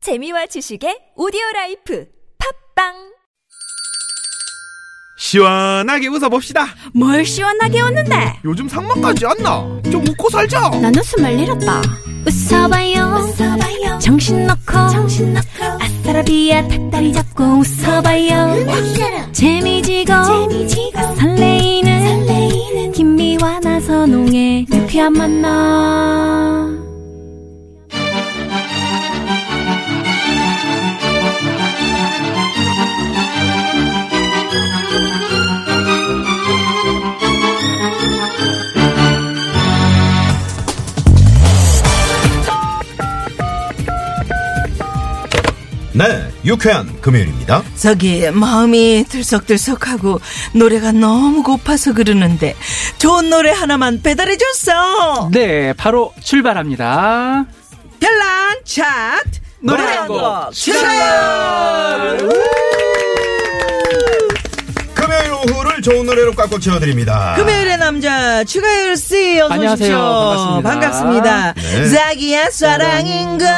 재미와 지식의 오디오 라이프 팝빵 시원하게 웃어봅시다. 뭘 시원하게 웃는데 요즘 상만까지 안 나. 좀 웃고 살자. 난 웃음을 잃었다 웃어봐요, 정신 놓고 아싸라비아 닭다리 잡고 웃어봐요 재미지고, 설레이는, 김미와 나서 농에 유쾌한 만나 네, 유쾌한 금요일입니다. 저기 마음이 들썩들썩하고 노래가 너무 고파서 그러는데 좋은 노래 하나만 배달해 줬어. 네, 바로 출발합니다. 별난 차트 노래 한곡 출발. 금요일 오후를 좋은 노래로 꽉꽉 채워드립니다. 금요일의 남자 추가열 씨 어서 안녕하세요. 오십시오. 반갑습니다. 반갑습니다. 네. 자기야 사랑인 걸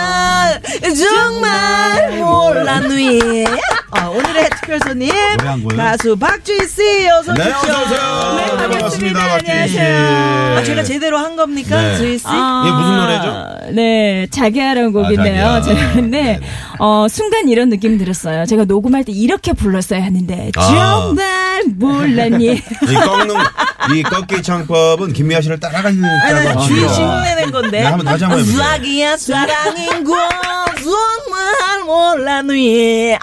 정말 몰랐니? 어, 오늘의 특별 손님 노래 한 곡은? 가수 박주희 씨 어서 네, 오십시오. 어서오세요. 네, 반갑습니다. 반갑습니다. 박주희 씨. 안녕하세요. 아, 제가 제대로 한 겁니까, 네. 주희 씨? 이게 무슨 노래죠? 아, 네, 자기야라는 아, 곡인데요. 자기야. 제가 근데 네네. 어, 순간 이런 느낌 들었어요. 제가 녹음할 때 이렇게 불렀어야 하는데 아. 정말 몰랐니? 이 꺾는, 이 꺾기 창법은 김미아 씨를 따라가는 아, 나 주희 씨 아, 흉내낸 건데. 네, 한번 다시 한번 해보세요. 자기야 사랑인 걸 정말 몰랐니?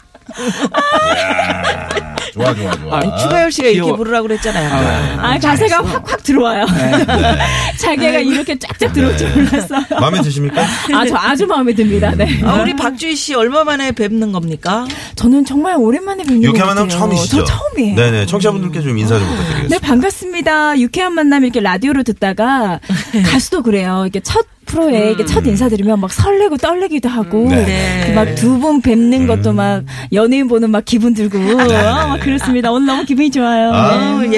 좋아, 좋아, 좋아. 네. 아, 추가열 씨가 이렇게 귀여워. 부르라고 그랬잖아요. 아, 가사가 확확 들어와요. 자기야가 네. 이렇게 쫙쫙 들어올 줄 몰랐어요. 마음에 드십니까? 네, 아, 저 아주 마음에 듭니다. 네. 아, 우리 박주희 씨 얼마 만에 뵙는 겁니까? 저는 정말 오랜만에 뵙는 것 유쾌한 네, 같아요. 만남 처음이시죠? 저 처음이에요. 네네. 청취자분들께 좀 인사 좀 부탁드리겠습니다. 네, 반갑습니다. 유쾌한 만남 이렇게 라디오로 듣다가 가수도 그래요. 이렇게 첫 프로에 이렇게 음. 첫 인사드리면 막 설레고 떨리기도 하고 네. 막 두 분 뵙는 음. 것도 막 연예인 보는 막 기분 들고 아, 막 그렇습니다. 오늘 너무 기분이 좋아요. 네. 아, 아유, 박주희 씨.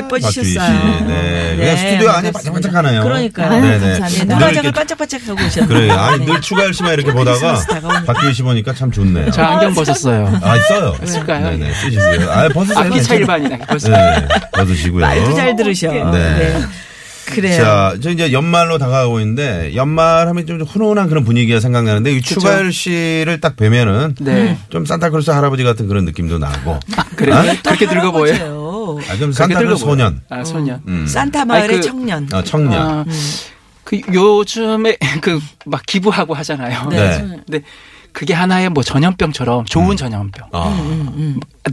예뻐지셨어요. 네. 그냥 스튜디오 안에 반짝반짝하나요? 그러니까요. 아유, 네네. 네, 감사합니다. 오늘 눈화장을 이렇게 반짝반짝 하고 오셨네. 그래. 아니, 늘 추가열 씨만 이렇게 보다가 다가오니까. 박주희 씨 보니까 참 좋네요. 저 안경 벗었어요. 아, 있어요. 있을까요? 네네. 쓰시세요. 아, 벗으세요. 악기차 괜찮아요. 일반이다. 벌써. 네, 받으시고요. 말도 잘 들으셔. 네. 그래요. 자, 저 이제 연말로 다가가고 있는데 연말 하면 좀 훈훈한 그런 분위기가 생각나는데 이 추가열 씨를 딱 뵈면은 네. 좀 산타클로스 할아버지 같은 그런 느낌도 나고. 그래요? 그렇게 늙어 보여요? 할아버지예요. 아, 그럼 그렇게 산타클로스 늙어 보여요. 소년. 아, 소년. 음. 산타 마을의 아니, 그- 청년. 음. 어, 청년. 아, 음. 그 요즘에 그 막 기부하고 하잖아요. 네. 근데 그게 하나의 뭐 전염병처럼 좋은 전염병. 아.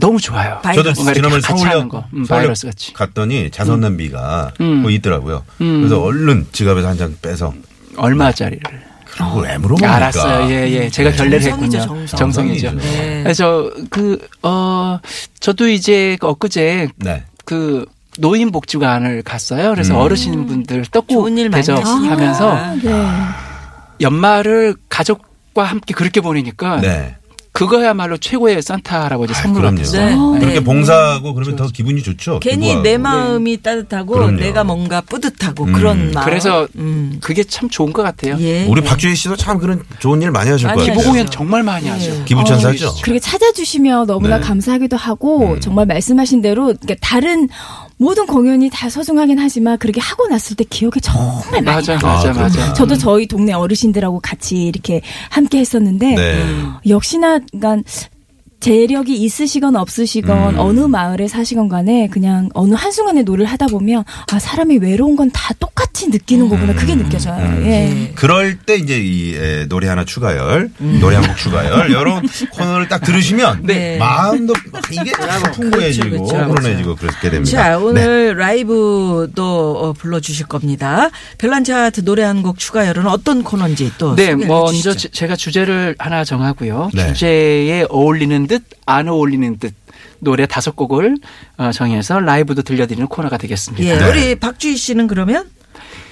너무 음, 좋아요. 저도 바이러스. 뭔가 지난번에 이렇게 같이 하는 거. 서울역, 음, 서울역 바이러스 같이. 갔더니 자선남비가 음. 뭐 있더라고요. 그래서 얼른 지갑에서 한 장 빼서 얼마짜리를. 그런 걸 왜 물어봅니까? 알았어요. 예, 예. 제가 결례를 정성이죠, 했군요. 정성. 정성이죠. 그래서 그, 어, 저도 이제 그 엊그제 네. 그 노인복지관을 갔어요. 그래서 음. 어르신분들 떡국 좋은 일 아. 많이 대접하면서 하시니까. 네. 연말을 가족과 함께 그렇게 보내니까 네. 그거야말로 최고의 산타 할아버지 아이, 선물 그럼요. 같았어요. 네. 그렇게 네. 봉사하고 그러면 더 기분이 좋죠. 괜히 기부하고. 내 마음이 따뜻하고 그럼요. 내가 뭔가 뿌듯하고 음. 그런 마음. 그래서 음. 그게 참 좋은 것 같아요. 예. 우리 박주희 씨도 참 그런 좋은 일 많이 하실 아니, 거예요. 기부공약 기부공연 정말 많이 예. 하죠. 기부천사죠? 아, 어, 그렇게 찾아주시면 너무나 네. 감사하기도 하고 정말 말씀하신 대로 그러니까 다른 모든 공연이 다 소중하긴 하지만 그렇게 하고 났을 때 기억에 정말 많이 네, 맞아, 맞아, 아, 맞아. 저도 저희 동네 어르신들하고 같이 이렇게 함께 했었는데 네. 역시나 간 재력이 있으시건 없으시건 음. 어느 마을에 사시건 간에 그냥 어느 한순간에 노를 하다 보면 아 사람이 외로운 건 다 똑같이 느끼는 거구나 음. 그게 느껴져요. 예. 그럴 때 이제 이 에, 노래 하나 추가열, 노래 한 곡 추가열 이런 코너를 딱 들으시면 네. 마음도 막 이게 참 풍부해지고 그렇죠, 그렇죠. 훈훈해지고 그렇게 됩니다. 자, 네. 오늘 라이브도 어, 불러주실 겁니다. 별난 차트 노래 한 곡 추가열은 어떤 코너인지 또. 네, 소개를 먼저 해주시죠. 제- 제가 주제를 하나 정하고요. 네. 주제에 어울리는 듯, 안 어울리는 듯 노래 다섯 곡을 어, 정해서 라이브도 들려드리는 코너가 되겠습니다. 예, 네. 음. 우리 박주희 씨는 그러면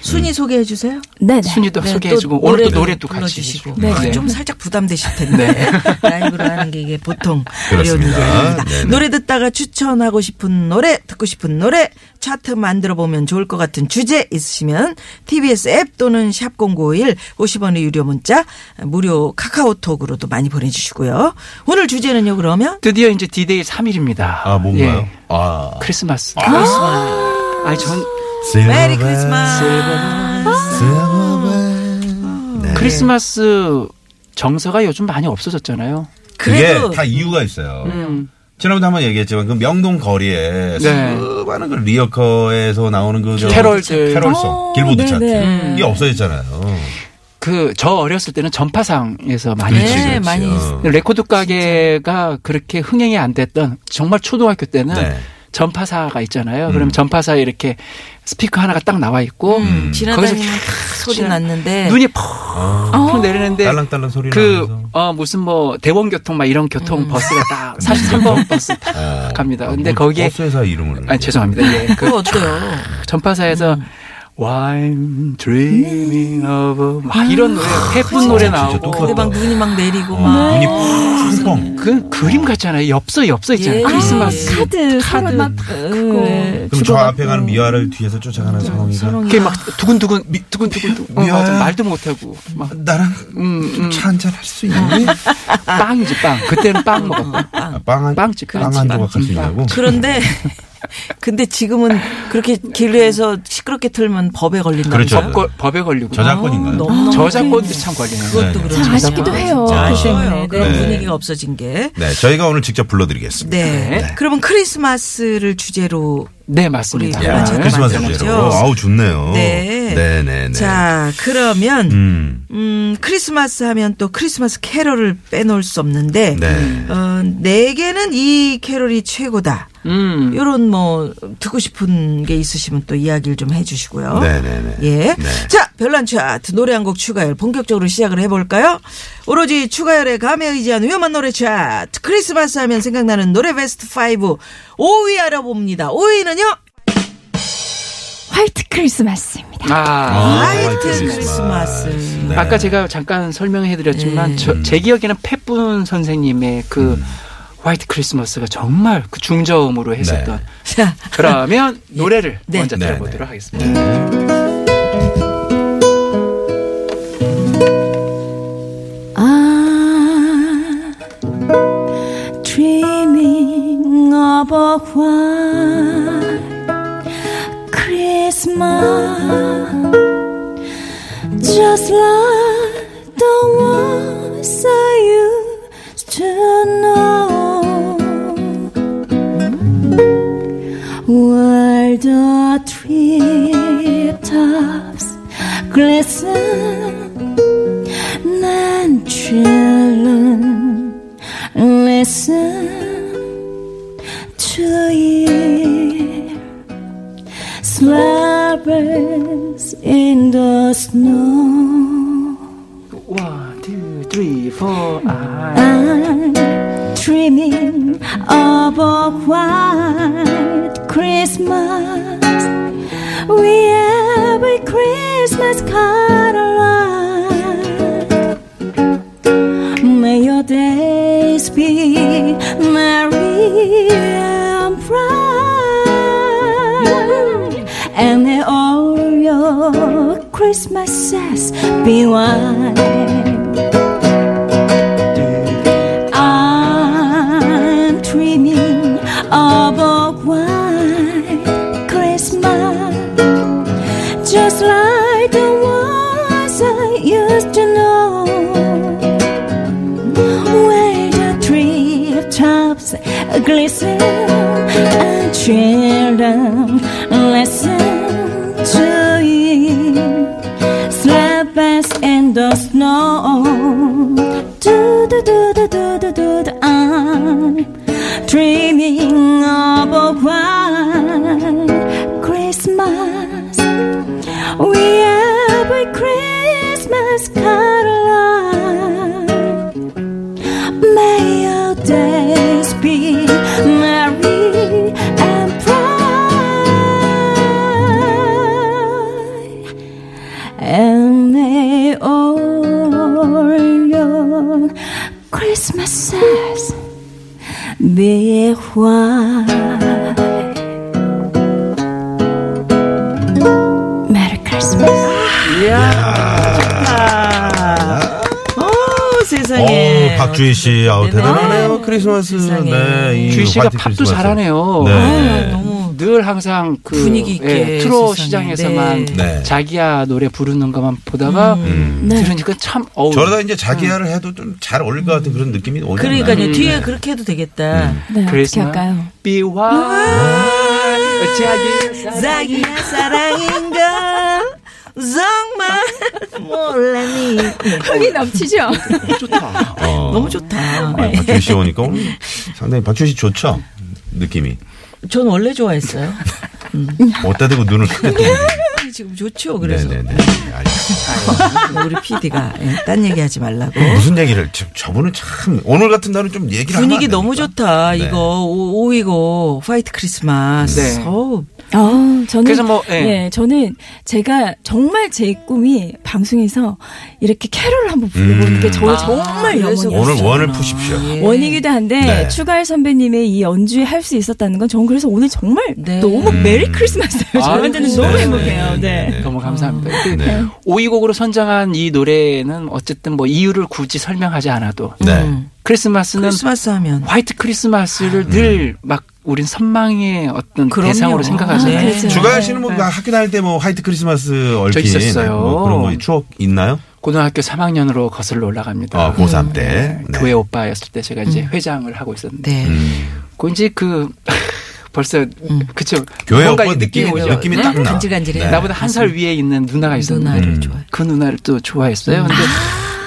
순위 소개해 주세요. 네. 순위도 네, 또 소개해주고 오늘 노래도 또 노래도 같이 불러주시고. 해주고. 아, 네. 좀 살짝 부담되실 텐데 라이브로 하는 게 이게 보통 어려운 그렇습니다. 일입니다. 네네. 노래 듣다가 추천하고 싶은 노래 듣고 싶은 노래 차트 만들어 보면 좋을 것 같은 주제 있으시면 TBS 앱 또는 샵 #0951 50원의 유료 문자 무료 카카오톡으로도 많이 보내주시고요. 오늘 주제는요 그러면 드디어 이제 디데이 3일입니다. 아, 뭔가요? 예. 아. 크리스마스. 크리스마스. 아니 전 메리 크리스마스. 네. 크리스마스 정서가 요즘 많이 없어졌잖아요. 그게 그래도 다 이유가 있어요. 음. 지난번에 한번 얘기했지만 그 명동 거리에 네. 수많은 그 리어커에서 나오는 그 저- 캐럴들. 캐럴송 어, 길보드 네네. 차트 음. 이게 없어졌잖아요. 그 저 어렸을 때는 전파상에서 아, 많이 네, 했어요. 많이 어. 레코드 가게가 그렇게 흥행이 안 됐던 정말 초등학교 때는 네. 전파사가 있잖아요. 음. 그럼 전파사에 이렇게 스피커 하나가 딱 나와 있고 음, 음. 지나다니면 거기서 캬, 소리 났는데 눈이 퍽 어. 내리는데 아, 딸랑딸랑 소리 그 나면서 어 무슨 뭐 대원 교통 막 이런 음. 교통 버스가 딱 43번 버스 어. 딱 갑니다. 근데 뭐 거기에 버스 회사 이름을 아 죄송합니다. 예. 그 그거 어때요? 전파사에서 I'm dreaming of 막 이런 노래 해픈 노래 진짜 나오고 똑같다. 근데 막 눈이 막 내리고 어, 막 눈이 펑펑 그 그림 같잖아요. 엽서 엽서 있잖아요. 예. 크리스마스 카드 서로 막 어, 그, 그럼 저 앞에 가는 미아를 뒤에서 쫓아가는 음, 상황이가 그게 막 두근두근 미- 두근두근 어, 미안. 맞아. 말도 못하고 막 나랑 음, 음. 차 한잔 할 수 있니? 빵이지 빵. 그때는 빵 먹었고 아, 빵한 빵집, 빵한 그렇지, 조각 할 수 빵집, 있냐고. 그런데 근데 지금은 그렇게 길에서 시끄럽게 틀면 법에 걸린다고요? 그렇죠. 법, 거- 법에 걸리고 저작권인가요? 저작권도 참 걸리네요. 그것도 네, 네. 그렇죠. 참 아쉽기도 해요. 진짜. 그 아쉬워요. 때문에. 그런 네. 분위기가 없어진 게. 네, 저희가 오늘 직접 불러드리겠습니다. 네. 네. 그러면 크리스마스를 주제로 네 맞습니다. 우리 야, 맞아요. 그렇죠. 크리스마스 맞아요. 주제로. 맞아요. 아우 좋네요. 네. 네, 네, 네. 자 그러면 음. 음, 크리스마스 하면 또 크리스마스 캐럴을 빼놓을 수 없는데 네. 어, 내게는 이 캐럴이 최고다. 음. 요런 뭐 듣고 싶은 게 있으시면 또 이야기를 좀 해주시고요. 네네네. 예. 네. 자, 별난 차트 노래 한 곡 추가열 본격적으로 시작을 해볼까요? 오로지 추가열의 감에 의지한 위험한 노래 차트 크리스마스 하면 생각나는 노래 베스트 5 5위 알아봅니다. 5위는요? 화이트 크리스마스입니다. 아. 화이트 크리스마스. 네. 음. 아까 제가 잠깐 설명해드렸지만 저- 제 기억에는 펫분 선생님의 그 화이트 크리스마스가 정말 그 중저음으로 했었던. 자, 그러면 노래를 네. 먼저 네, 들어보도록 네. 하겠습니다. 아, I'm dreaming of a white Christmas, just like the ones I used to know. Where the treetops glisten and children listen to hear slippers in the snow. One, two, three, four. 음. 아. I'm dreaming of a white Christmas with every Christmas card alike. May your days be merry and bright, and may all your Christmases be white. I'm dreaming of a white Christmas, just like the ones I used to know. Where the treetops glisten and children listen to it. Slap us in the snow. Do do do do do do do. do. I'm dreaming of a white Christmas. We every Christmas carol. May your days be merry and bright, Christmases be white. Merry Christmas. 어, 세상에. 어, 박주희 씨, 아우 네네. 대단하네요. 크리스마스. 세상에. 네, 이 주희 씨가 화이트 밥도 크리스마스. 잘하네요. 아, 네. 너무 늘 항상 그 분위기 있게 예, 트로 세상에. 시장에서만 네. 네. 자기야 노래 부르는 것만 보다가 음. 들으니까 참 어우 저러다 이제 자기야를 해도 좀 잘 어울릴 것 같은 그런 느낌이 오지 않나요? 네. 그러니까요. 뒤에 그렇게 해도 되겠다. 음. 네, 어떻게 그리스마- 할까요? 비와 아. 어, 자기 자기야 사랑인가 정말 몰랐니 흥이 넘치죠? 좋다. 어. 너무 좋다 네. 아, 박주희 씨 오니까 오늘 상당히 박주희 씨 좋죠? 느낌이. 전 원래 좋아했어요 어디다 대고 눈을 크게 뜨고. 지금 좋죠 그래서 아, 뭐 네네네. 네, 알겠습니다. 우리 PD가 예, 딴 얘기하지 말라고 무슨 얘기를, 저, 저분은 참, 오늘 같은 날은 좀 얘기를 하면 분위기 안 너무 됩니까? 좋다 네. 이거 오, 이고 화이트 크리스마스 네. 어우, 아, 저는 그래서 뭐, 예. 네. 예. 저는 제가 정말 제 꿈이 방송에서 이렇게 캐롤을 한번 음. 불러보는 게 저 아, 정말 그래서 영원이었어요. 오늘 원을 푸십시오. 예. 원이기도 한데 네. 추가열 선배님의 이 연주에 할 수 있었다는 건 저는 그래서 오늘 정말 네. 너무 음. 메리 크리스마스예요. 아, 저한테는 네. 너무 네, 행복해요. 네, 네. 네. 너무 감사합니다. 근데 네. 오이곡으로 선정한 이 노래는 어쨌든 뭐 이유를 굳이 설명하지 않아도 네. 음. 크리스마스는 크리스마스 하면 화이트 아, 크리스마스를 늘 네. 막 우린 선망의 어떤 그럼요. 대상으로 아, 생각하잖아요. 그렇죠. 주가열 씨는 뭐 학교 다닐 때 뭐 화이트 크리스마스 얽힌 있었어요. 뭐 그런 거 추억 있나요? 고등학교 3학년으로 거슬러 올라갑니다. 음. 아, 고3 때. 네. 교회 오빠였을 때 제가 이제 회장을 하고 있었는데 음. 네 음. 그 이제 그 벌써 음. 그쵸 교회 뭔가 오빠 느낌이, 오죠. 느낌이 딱 나. 간질간질해요. 네. 나보다 한 살 위에 있는 누나가 있었는데 누나를 음. 좋아해 그 누나를 또 좋아했어요. 근데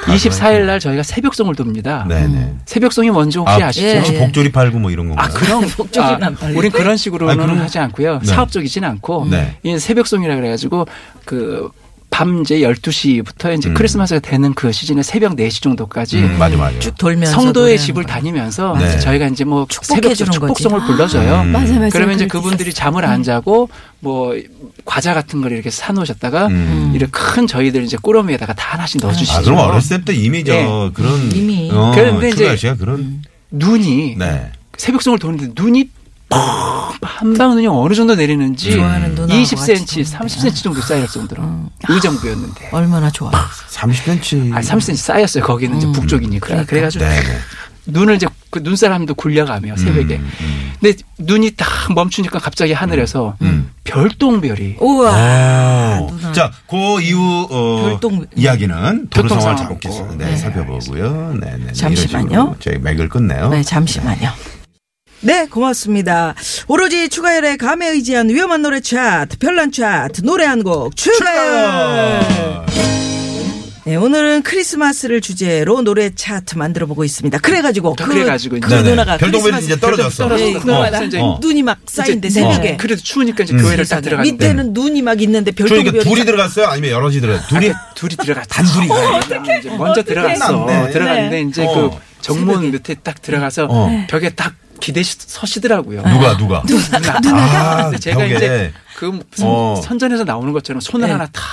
24일 날 저희가 새벽송을 돕니다. 네네. 새벽송이 뭔지 혹시 아, 음. 아, 시죠 예. 혹시 복조리 팔고 뭐 이런 건가요? 아, 그럼 복조리는 안 팔려요? 우린 그런 식으로는 아니, 그럼- 하지 않고요. 네. 사업적이진 않고 네. 이 새벽송이라 그래 가지고 그 밤제 12시부터 이제 음. 크리스마스가 되는 그 시즌에 새벽 4시 정도까지 음, 맞아, 맞아. 쭉 돌면서 성도의 노래하는 집을 거예요. 다니면서 네. 이제 저희가 이제 뭐 축복해 새벽 주는 거지. 축복송을 불러줘요. 음. 맞아, 맞아. 그러면 이제 그럴 수 그분들이 있었어요. 잠을 안 자고 뭐 과자 같은 걸 이렇게 사놓으셨다가 음. 이렇게 큰 저희들 이제 꾸러미에다가 다 하나씩 넣어주시죠. 아, 그럼 어렸을 때부터 이미 저 예. 그런 이미. 어, 그런데 이제- 음. 주가열 씨가 그런 눈이 네. 새벽송을 도는데 눈이 한방 눈이 어느 정도 내리는지 좋아하는 누나하고 20cm, 같이 음. 30cm 정도 쌓일 정도로 이 정도였는데 얼마나 좋아 30cm. 아 30cm 쌓였어요 거기는 음. 이제 북쪽이니까 그러니까. 그래가지고 네, 네. 눈을 이제 그 눈사람도 굴려가며 새벽에 음, 음. 근데 눈이 딱 멈추니까 갑자기 하늘에서 별똥별이 우와 아, 자, 그 이후 어, 별똥- 이야기는 도로 교통 상황 상황 잡고 보고. 네, 네, 살펴보고요. 네, 네, 네. 잠시만요. 이런 식으로 저희 맥을 끊네요. 네, 잠시만요. 네, 고맙습니다. 오로지 추가열의 감에 의지한 위험한 노래 차트, 별난 차트, 노래 한 곡, 추가열! 어. 네, 오늘은 크리스마스를 주제로 노래 차트 만들어 보고 있습니다. 그래가지고, 그, 그래가지고 그 이제. 네네. 누나가 별똥별이 크리스마스 이제 떨어졌어. 별똥- 떨어졌어. 네, 그나마다 이제 어. 눈이 막 쌓인데 이제 새벽에. 네. 어, 그래도 추우니까 이제 교회를 딱 들어갔는데 밑에는 눈이 막 있는데 별똥별이. 그러니까 둘이 들어갔어요? 아니면 여럿이 들어갔어요? 둘이? 둘이 들어가 단둘이 가 이제 먼저 들어갔어 끝났네. 들어갔는데 이제 어. 그 정문 밑에 딱 들어가서 어. 네. 벽에 딱 기대 서시더라고요. 아. 누가, 누가? 누나. 아, 누나가? 근데 제가 벽에. 이제 그 선- 아, 어. 음. 선전에서 나오는 것처럼 손을 네. 하나 탁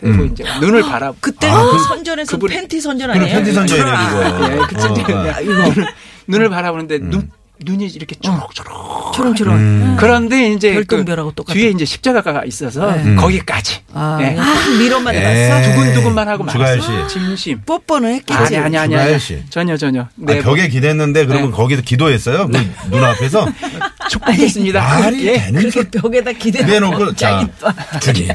대고 이제 눈을 바라. 그때 아, 그- 선전에서 그분이- 팬티 선전 그럼 아니에요? 편지 선전이네, 예, 그치. 그거. 어, 음. 어. 아, 눈을, 눈을 바라보는데 눈 눈이 이렇게 초록초록. 초롱초롱. 음. 그런데 이제 그 음. 별똥별하고 똑같아. 뒤에 이제 십자가가 있어서 네. 음. 거기까지. 아, 예. 그냥 딱 미로만 예. 봤어? 두근두근만 하고 주가열 말았어요. 씨. 아, 진심. 뽀뽀는 했겠지. 아니 아니 아니 주가열 아니. 씨. 전혀 전혀. 아, 네, 뭐 벽에 기댔는데 그러면 네. 거기서 기도했어요? 그 누나 앞에서? 축복했습니다. 말이 예. 되는 그렇게 벽에다 기대놓고 기대놓고 자 주님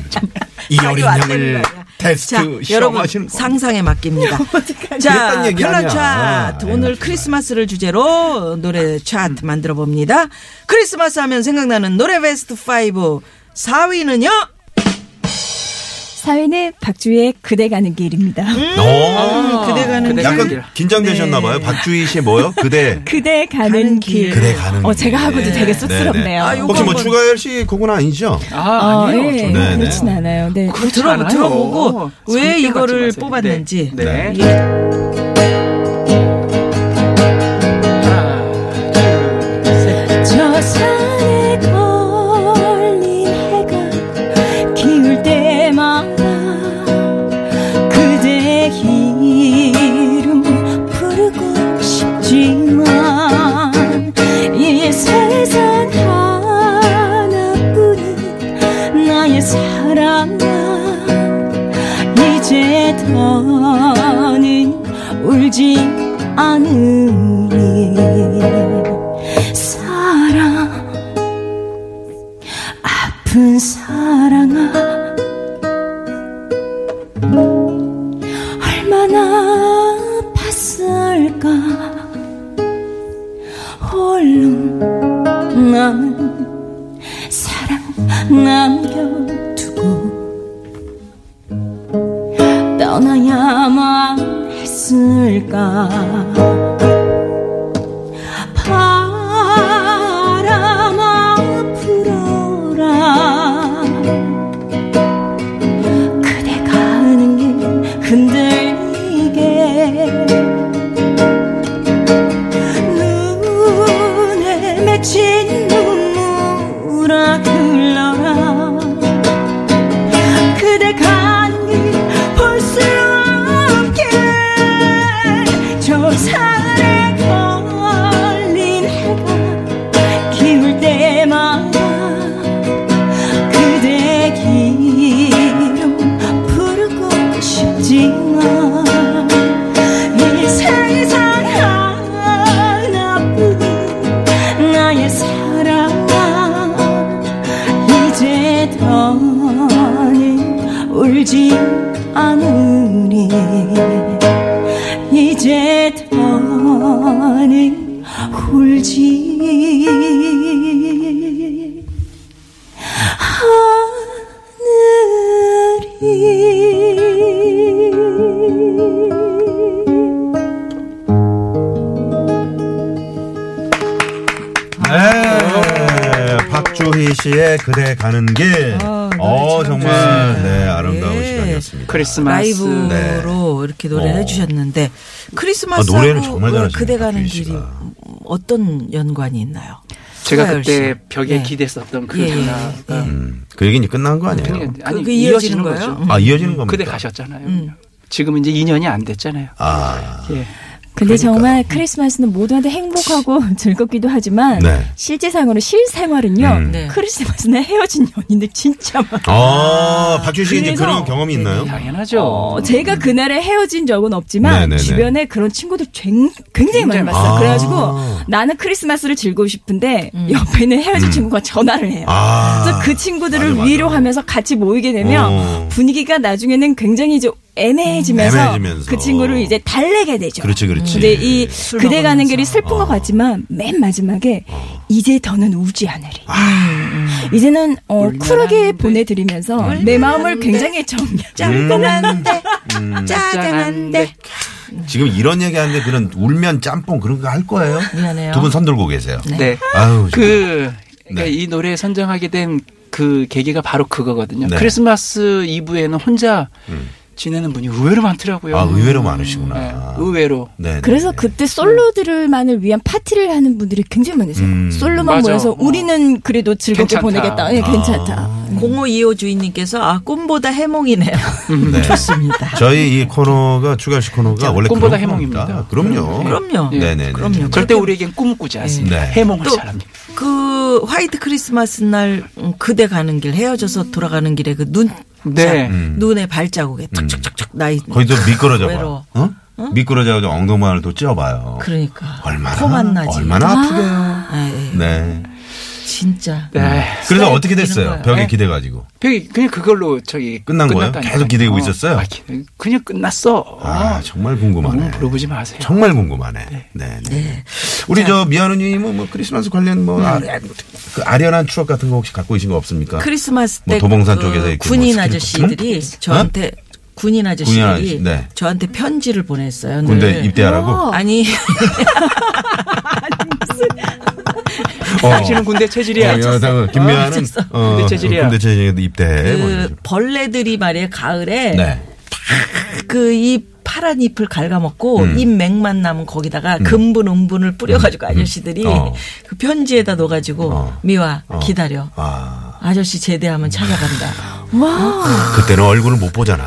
이 자기 어린 안 되는 양을 거 아니야. 테스트 자, 여러분 그 시험하시는 거 상상에 맡깁니다. 자, 그랬단 얘기 별난 아니야. 차트 아, 정말. 오늘 크리스마스를 주제로 노래 음. 차트 만들어 봅니다. 크리스마스 하면 생각나는 노래 베스트 5 4위는요. 사회는 박주의 그대 가는 길입니다. 음. 오. 어, 그대 가는 길. 그대 가는 길. 어? 아, 약간 긴장되셨나 봐요. 네. 박주희 씨 뭐요? 그대 그대 가는, 가는 길. 길. 그대 가는 어, 제가 길. 하고도 네. 되게 쑥스럽네요. 아, 요거 혹시 뭐 한번- 추가열 씨 곡은 아니죠? 아, 아니요. 예, 저는 네, 그렇진 않아요. 네. 그렇지 들어보- 않아요. 들어보고 왜 절대 갖지 이거를 마세요. 뽑았는지. 네. 네. 예. 하나, 둘, 셋. 저 산에 걸린 해가 기울 때마다 그대 이름 부르고 싶어 하지만 이 세상 하나뿐인 나의 사랑아 이제 더는 울지 않으리 사랑 아픈 사랑아 얼마나 아팠을까 홀로 남은 사랑 남겨두고 떠나야만 했을까 바람아 불어라 그대 가는 길 흔들리게 눈에 맺힌 눈물아 흘러라 그대 가는 길 볼 수 없게 저 산에 걸린 해가 기울 때마다 그대 기름 부르고 싶지만 이 세상 하나뿐인 나의 사랑아 이제 더는 울지 않으리 이제 더는 울지 하늘이 아. 네. 박주희 씨의 그대 가는 길. 아, 노래 어, 참 정말, 좋네. 네, 아름다운 예. 시간이었습니다. 크리스마스. 네. 라이브로 이렇게 노래를 어. 해주셨는데 크리스마스 아, 노래를 정말 잘하시네요, 그대 가는 박주희 길이 씨가. 어떤 연관이 있나요? 제가 서가열 씨. 그때 벽에 예. 기댔었던 그 예, 전화가 예, 음, 그 얘기는 이제 끝난 거 아니에요? 그냥- 아니 그게 이어지는 이어지는 거예요? 음. 거죠. 음. 아, 이어지는 겁니다. 그러니까. 그대 가셨잖아요. 지금 이제 2년이 안 됐잖아요. 아, 예. 근데 정말 크리스마스는 모두한테 행복하고 즐겁기도 하지만 네. 실제상으로 실생활은요 음. 네. 크리스마스는 헤어진 연인들 진짜 많아요. 아, 박주희 씨 이제 그래서- 그런 경험이 있나요? 당연하죠. 어, 제가 그날에 헤어진 적은 없지만 네네네. 주변에 그런 친구들 굉- 굉장히 많이 굉장히 봤어요. 많아요. 아. 그래가지고 나는 크리스마스를 즐기고 싶은데 옆에 있는 헤어진 친구가 전화를 해요. 음. 아. 그래서 그 친구들을 맞아, 맞아. 위로하면서 같이 모이게 되면 어. 음. 분위기가 나중에는 굉장히 이제 애매해지면서, 애매해지면서. 그 친구를 이제 달래게 되죠. 그렇지, 그렇지. 근데 이 술 그대 가는 먹으면서. 길이 슬픈 것 같지만 맨 마지막에 이제 더는 우지 않으리. 이제는 어, 쿨하게 보내드리면서 내 마음을 굉장히 정리. 짠짠한데 음. 짠한데. 짜잔한데 지금 이런 얘기 하는데 그런 울면 짬뽕 그런 거 할 거예요? 미안해요. 두 분 손 들고 계세요. 네. 아유, 그, 그러니까 네. 이 노래 선정하게 된 그 계기가 바로 그거거든요. 네. 음. 크리스마스 이브에는 혼자 지내는 분이 의외로 많더라고요. 아, 의외로 네, 많으시구나. 의외로. 네. 그래서 네. 그때 솔로들만을 위한 파티를 하는 분들이 굉장히 많으세요. 음. 솔로만 맞아. 모여서 어. 우리는 그래도 즐겁게 괜찮다. 보내겠다. 예, 아. 괜찮다. 0525 주인님께서 아 꿈보다 해몽이네요. 네. 좋습니다. 저희 이 코너가 추가 씨 코너가 원래 꿈보다 그런 해몽입니다. 코너입니다. 그럼요. 그럼요. 예. 네네. 그럼요. 절대 우리에겐 꿈을 꾸지 않습니다. 네. 해몽을 또- 잘합니다. 그 화이트 크리스마스 날 음, 그대 가는 길 헤어져서 돌아가는 길에 그 눈 네. 눈에 발자국에 툭툭툭툭 나 있는 음. 거기서 미끄러져 봐. 외로워. 어? 미끄러져가지고 엉덩이만을 또 찧어봐요. 그러니까 얼마나 코만 나지. 얼마나 아프게요. 아, 예. 네. 진짜 네. 그래서 어떻게 됐어요? 거예요. 벽에 네. 기대가지고. 벽이 그냥 그걸로 저기 끝난 거예요? 끝났다니까요. 계속 기대고 어. 있었어요? 아, 기- 그냥 끝났어. 아 정말 너무 궁금하네. 물어보지 마세요. 정말 궁금하네. 네. 네. 우리 저 미아누님은 뭐 크리스마스 관련 음. 뭐 아련, 그 아련한 추억 같은 거 혹시 갖고 계신 거 없습니까? 크리스마스 뭐 때 도봉산 그 쪽에서 이렇게 군인 뭐 스키를 아저씨들이 저한테 군인 아저씨들이 아저씨, 네. 저한테 편지를 보냈어요. 군대 늘. 네. 입대하라고. 어. 아니 당신은 군대 체질이야. 어, 여자분, 김미아는 어, 군대 체질이야. 군대 체질인데 입대. 뭐 이런 그 식으로. 벌레들이 말이에요. 가을에 네. 그 이 파란 잎을 갉아먹고 음. 잎 맥만 남은 거기다가 금분 음분을 뿌려가지고 아저씨들이 어. 그 편지에다 넣어가지고 어. 미화 어. 기다려 아. 아저씨 제대하면 찾아간다 그때는 얼굴을 못 보잖아.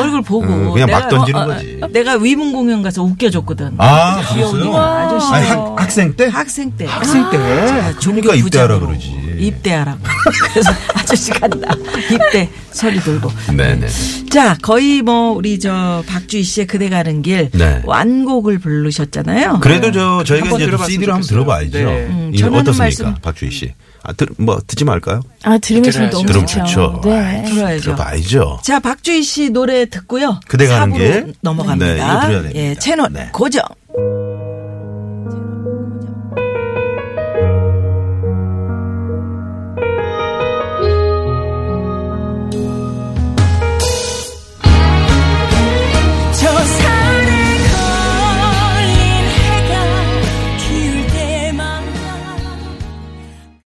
얼굴 보고 음, 그냥 막 내가- 던지는 어, 어, 거지. 내가 위문 공연 가서 웃겨줬거든. 아, 귀여운 그랬어요? 아저씨. 아니, 학, 학생 때? 학생 때. 학생 때. 자, 종교 그러니까 입대하라 부장으로 그러지. 입대하라고. 그래서 아저씨 간다. 입대 소리 돌고. 네네. 자, 거의 뭐 우리 저 박주희 씨의 그대 가는 길 네. 그렇죠. 완곡을 부르셨잖아요. 그래도 저 저희가 네. 한번 이제 들어봤으면 CD로 한번 좋겠어요. 들어봐야죠. 네. 음, 이거 저는 어떻습니까, 말씀- 박주희 씨? 아, 들, 뭐 듣지 말까요? 아 들으면 좀 들어야죠. 너무 들으면 좋죠. 좋죠. 아, 네. 들어야죠. 들어봐야죠. 자, 박주희 씨 노래 듣고요. 그렇죠. 그대 가는 사부로 길. 넘어갑니다. 네, 이거 들어야 됩니다. 예, 채널 네. 고정.